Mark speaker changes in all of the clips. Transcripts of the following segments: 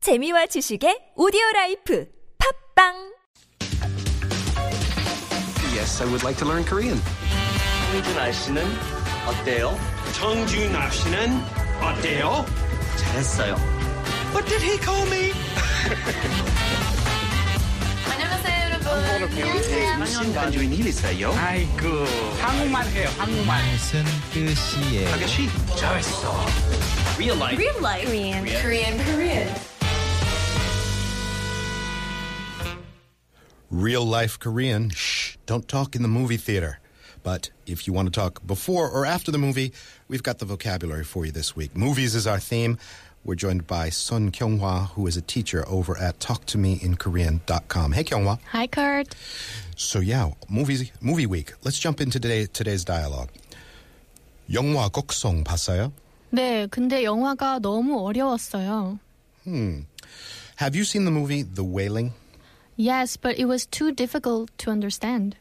Speaker 1: 재미와 지식의 오디오 라이프 팝빵
Speaker 2: Yes, I would like to learn Korean.
Speaker 3: 홍준아 씨는 어때요?
Speaker 4: 정준하 씨는 어때요?
Speaker 3: 잘했어요.
Speaker 4: What did he call me?
Speaker 5: 안녕하세요 여러분. 안녕하세요.
Speaker 3: 신간주인 힐이세요?
Speaker 6: 아이고 한국만 해요 한국만
Speaker 7: 무슨 뜻이에요?
Speaker 3: 아가씨 잘했어. Real life.
Speaker 5: Real life Korean Korean Korean.
Speaker 8: real life Korean, shh, don't talk in the movie theater. But if you want to talk before or after the movie, we've got the vocabulary for you this week. Movies is our theme. We're joined by Sun Kyunghwa, who is a teacher over at talktomeinkorean.com. Hey, Kyunghwa.
Speaker 9: Hi, Kurt.
Speaker 8: So yeah, movies, movie week. Let's jump into today today's dialogue. 영화 곡성 봤어요?
Speaker 9: 네, 근데 영화가 너무 어려웠어요.
Speaker 8: Have you seen the movie The Wailing?
Speaker 9: Yes, but it was too difficult to understand.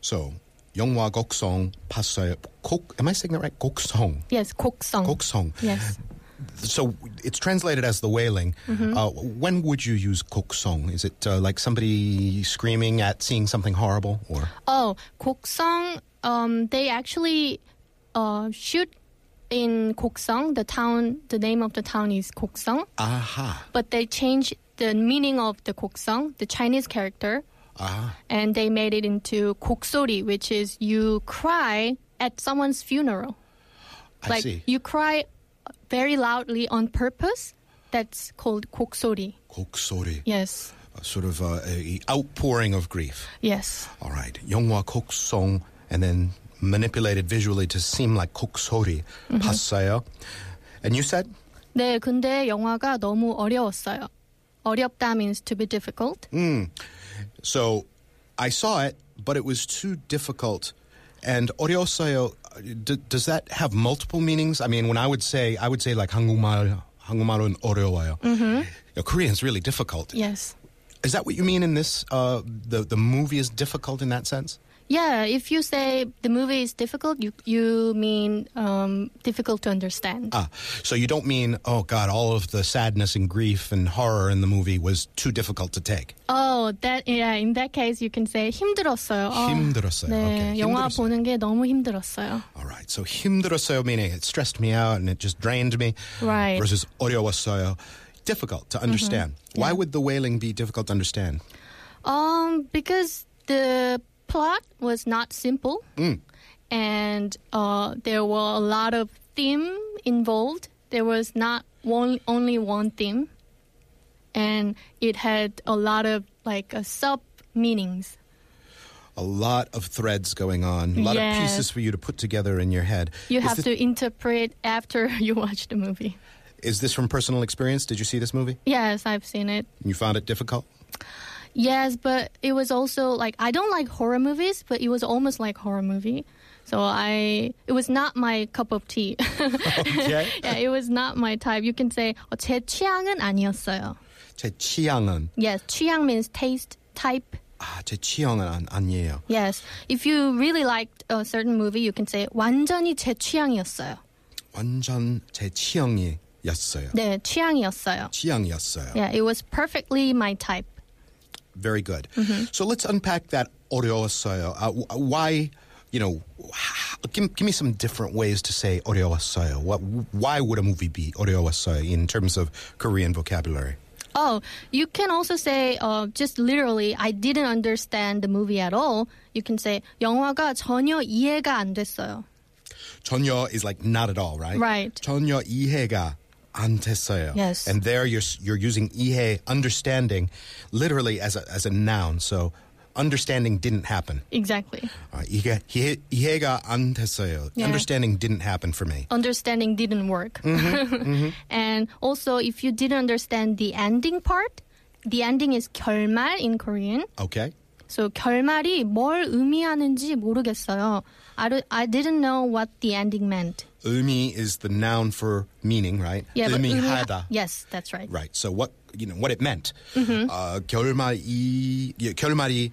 Speaker 8: So 영화 곡성 봤어요. 곡, am I saying that right? 곡성.
Speaker 9: Yes, 곡성.
Speaker 8: 곡성.
Speaker 9: Yes.
Speaker 8: so it's translated as the wailing.
Speaker 9: Mm-hmm.
Speaker 8: Uh, when would you use koksong? Is it uh, like somebody screaming at seeing something horrible, or
Speaker 9: Oh, 곡성. Um, they actually uh, shoot in 곡성. The town, the name of the town is 곡성,
Speaker 8: aha,
Speaker 9: but they changed the meaning of the 곡성, the Chinese character,
Speaker 8: ah,
Speaker 9: and they made it into 곡소리, which is you cry at someone's funeral.
Speaker 8: I
Speaker 9: like
Speaker 8: see.
Speaker 9: you cry very loudly on purpose. That's called koksori.
Speaker 8: Koksori,
Speaker 9: Yes,
Speaker 8: a sort of uh, a outpouring of grief.
Speaker 9: yes,
Speaker 8: All right, yonghwa koksong, and then manipulated visually to seem like koksori,
Speaker 9: Mm-hmm.
Speaker 8: passayo. And you said
Speaker 9: 네, 근데 영화가 너무 어려웠어요. 어렵다 means to be difficult.
Speaker 8: So I saw it, but it was too difficult. And oryosayo, d- does that have multiple meanings? I mean, when I would say, I would say like 한국말, 한국말은 어려워요. mm Korean's really difficult.
Speaker 9: Yes.
Speaker 8: Is that what you mean in this? Uh, the the movie is difficult in that sense.
Speaker 9: Yeah, if you say the movie is difficult, you you mean um, difficult to understand.
Speaker 8: Ah, so you don't mean oh god, all of the sadness and grief and horror in the movie was too difficult to take.
Speaker 9: Oh, that yeah. In that case, you can say 힘들었어요. 어,
Speaker 8: 힘들었어요.
Speaker 9: 네,
Speaker 8: Okay,
Speaker 9: 영화
Speaker 8: 힘들었어요.
Speaker 9: 보는 게 너무 힘들었어요.
Speaker 8: All right. So 힘들었어요 meaning it stressed me out and it just drained me.
Speaker 9: Right.
Speaker 8: Versus 어려웠어요, difficult to understand.
Speaker 9: Mm-hmm.
Speaker 8: Why would the wailing be difficult to understand?
Speaker 9: Um, because the plot was not simple,
Speaker 8: Mm.
Speaker 9: and uh, there were a lot of theme involved. There was not one only one theme, and it had a lot of like uh, sub meanings.
Speaker 8: A lot of threads going on, a lot of
Speaker 9: Yes.
Speaker 8: pieces for you to put together in your head.
Speaker 9: You
Speaker 8: is
Speaker 9: have
Speaker 8: this,
Speaker 9: to interpret after you watch the movie.
Speaker 8: Is this from personal experience? Did you see this movie?
Speaker 9: Yes, I've seen it.
Speaker 8: You found it difficult?
Speaker 9: Yes, but it was also like I don't like horror movies, but it was almost like horror movie. So I it was not my cup of tea.
Speaker 8: Okay.
Speaker 9: yeah, it was not my type. You can say "어, 제 취향은 아니었어요.
Speaker 8: 제 취향은
Speaker 9: Yes, 취향 means taste, type.
Speaker 8: 아, 제 취향은 안- Ah, 아니에요.
Speaker 9: Yes, if you really liked a certain movie, you can say 완전히 제 취향이었어요.
Speaker 8: 완전 제 취향이었어요.
Speaker 9: 네, 취향이었어요.
Speaker 8: 취향이었어요.
Speaker 9: Yeah, it was perfectly my type.
Speaker 8: Very good.
Speaker 9: Mm-hmm.
Speaker 8: So let's unpack that 어려웠어요. Uh, w- why, you know, h- give, give me some different ways to say 어려웠어요. What, why would a movie be 어려웠어요 in terms of Korean vocabulary?
Speaker 9: Oh, you can also say uh, just literally I didn't understand the movie at all. You can say 영화가 전혀 이해가 안 됐어요.
Speaker 8: 전혀 is like not at all, right?
Speaker 9: Right.
Speaker 8: 전혀 이해가 안 됐어요.
Speaker 9: Yes.
Speaker 8: And there you're s- you're using 이해 understanding literally as a as a noun. So understanding didn't happen.
Speaker 9: Exactly.
Speaker 8: Uh, 이해, 이해, 이해가 안 됐어요.
Speaker 9: Yeah.
Speaker 8: Understanding didn't happen for me.
Speaker 9: understanding didn't work. and also, if you didn't understand the ending part, the ending is 결말 in Korean.
Speaker 8: Okay.
Speaker 9: So 결말이 뭘 의미하는지 모르겠어요. I, don't- I didn't know what the ending meant.
Speaker 8: Umi is the noun for meaning, right?
Speaker 9: but 의미하-
Speaker 8: 의미하다.
Speaker 9: Yes, that's right.
Speaker 8: Right. So what you know what it meant.
Speaker 9: Mm-hmm.
Speaker 8: Uh, 결말이 예, 결말이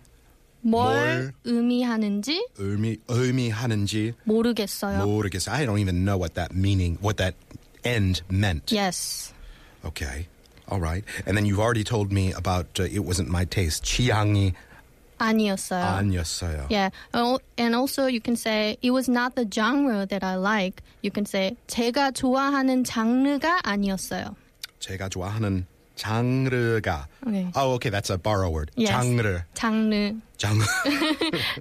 Speaker 9: 뭘,
Speaker 8: 뭘
Speaker 9: 의미하는지
Speaker 8: 의미 의미하는지
Speaker 9: 모르겠어요.
Speaker 8: 모르겠어. I don't even know what that meaning what that end meant.
Speaker 9: Yes.
Speaker 8: Okay. All right. And then you've already told me about uh, It Wasn't My Taste, Chiangi
Speaker 9: 아니었어요.
Speaker 8: Anyaseo.
Speaker 9: Oh. Yeah, Oh, and also you can say it was not the genre that I like. You can say 제가 좋아하는 장르가 아니었어요.
Speaker 8: 제가 좋아하는 장르가.
Speaker 9: Okay.
Speaker 8: Oh, okay, that's a borrow word.
Speaker 9: Yes.
Speaker 8: 장르.
Speaker 9: 장르.
Speaker 8: 장...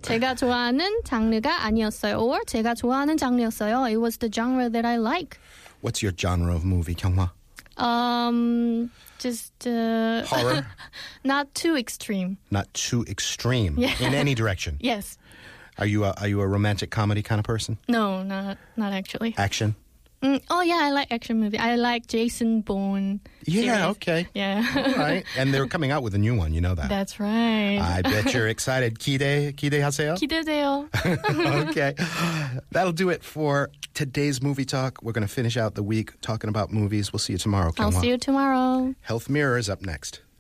Speaker 9: 제가 좋아하는 장르가 아니었어요. Or 제가 좋아하는 장르였어요. It was the genre that I like.
Speaker 8: What's your genre of movie, 경마?
Speaker 9: Um, just uh,
Speaker 8: Horror?
Speaker 9: not too extreme.
Speaker 8: Not too extreme
Speaker 9: Yeah.
Speaker 8: in any direction.
Speaker 9: Yes.
Speaker 8: Are you a, are you a romantic comedy kind of person?
Speaker 9: No, not not actually.
Speaker 8: Action?
Speaker 9: Mm, oh yeah, I like action movie. I like Jason Bourne.
Speaker 8: Yeah,
Speaker 9: series.
Speaker 8: okay.
Speaker 9: Yeah,
Speaker 8: All right. And they're coming out with a new one, you know that.
Speaker 9: that's right.
Speaker 8: I bet you're excited. Kide, kide 하세요?
Speaker 9: 기대돼요.
Speaker 8: okay. That'll do it for today's movie talk. We're going to finish out the week talking about movies. We'll see you tomorrow.
Speaker 9: I'll
Speaker 8: Kyunghwa.
Speaker 9: see you tomorrow.
Speaker 8: Health Mirror is up next.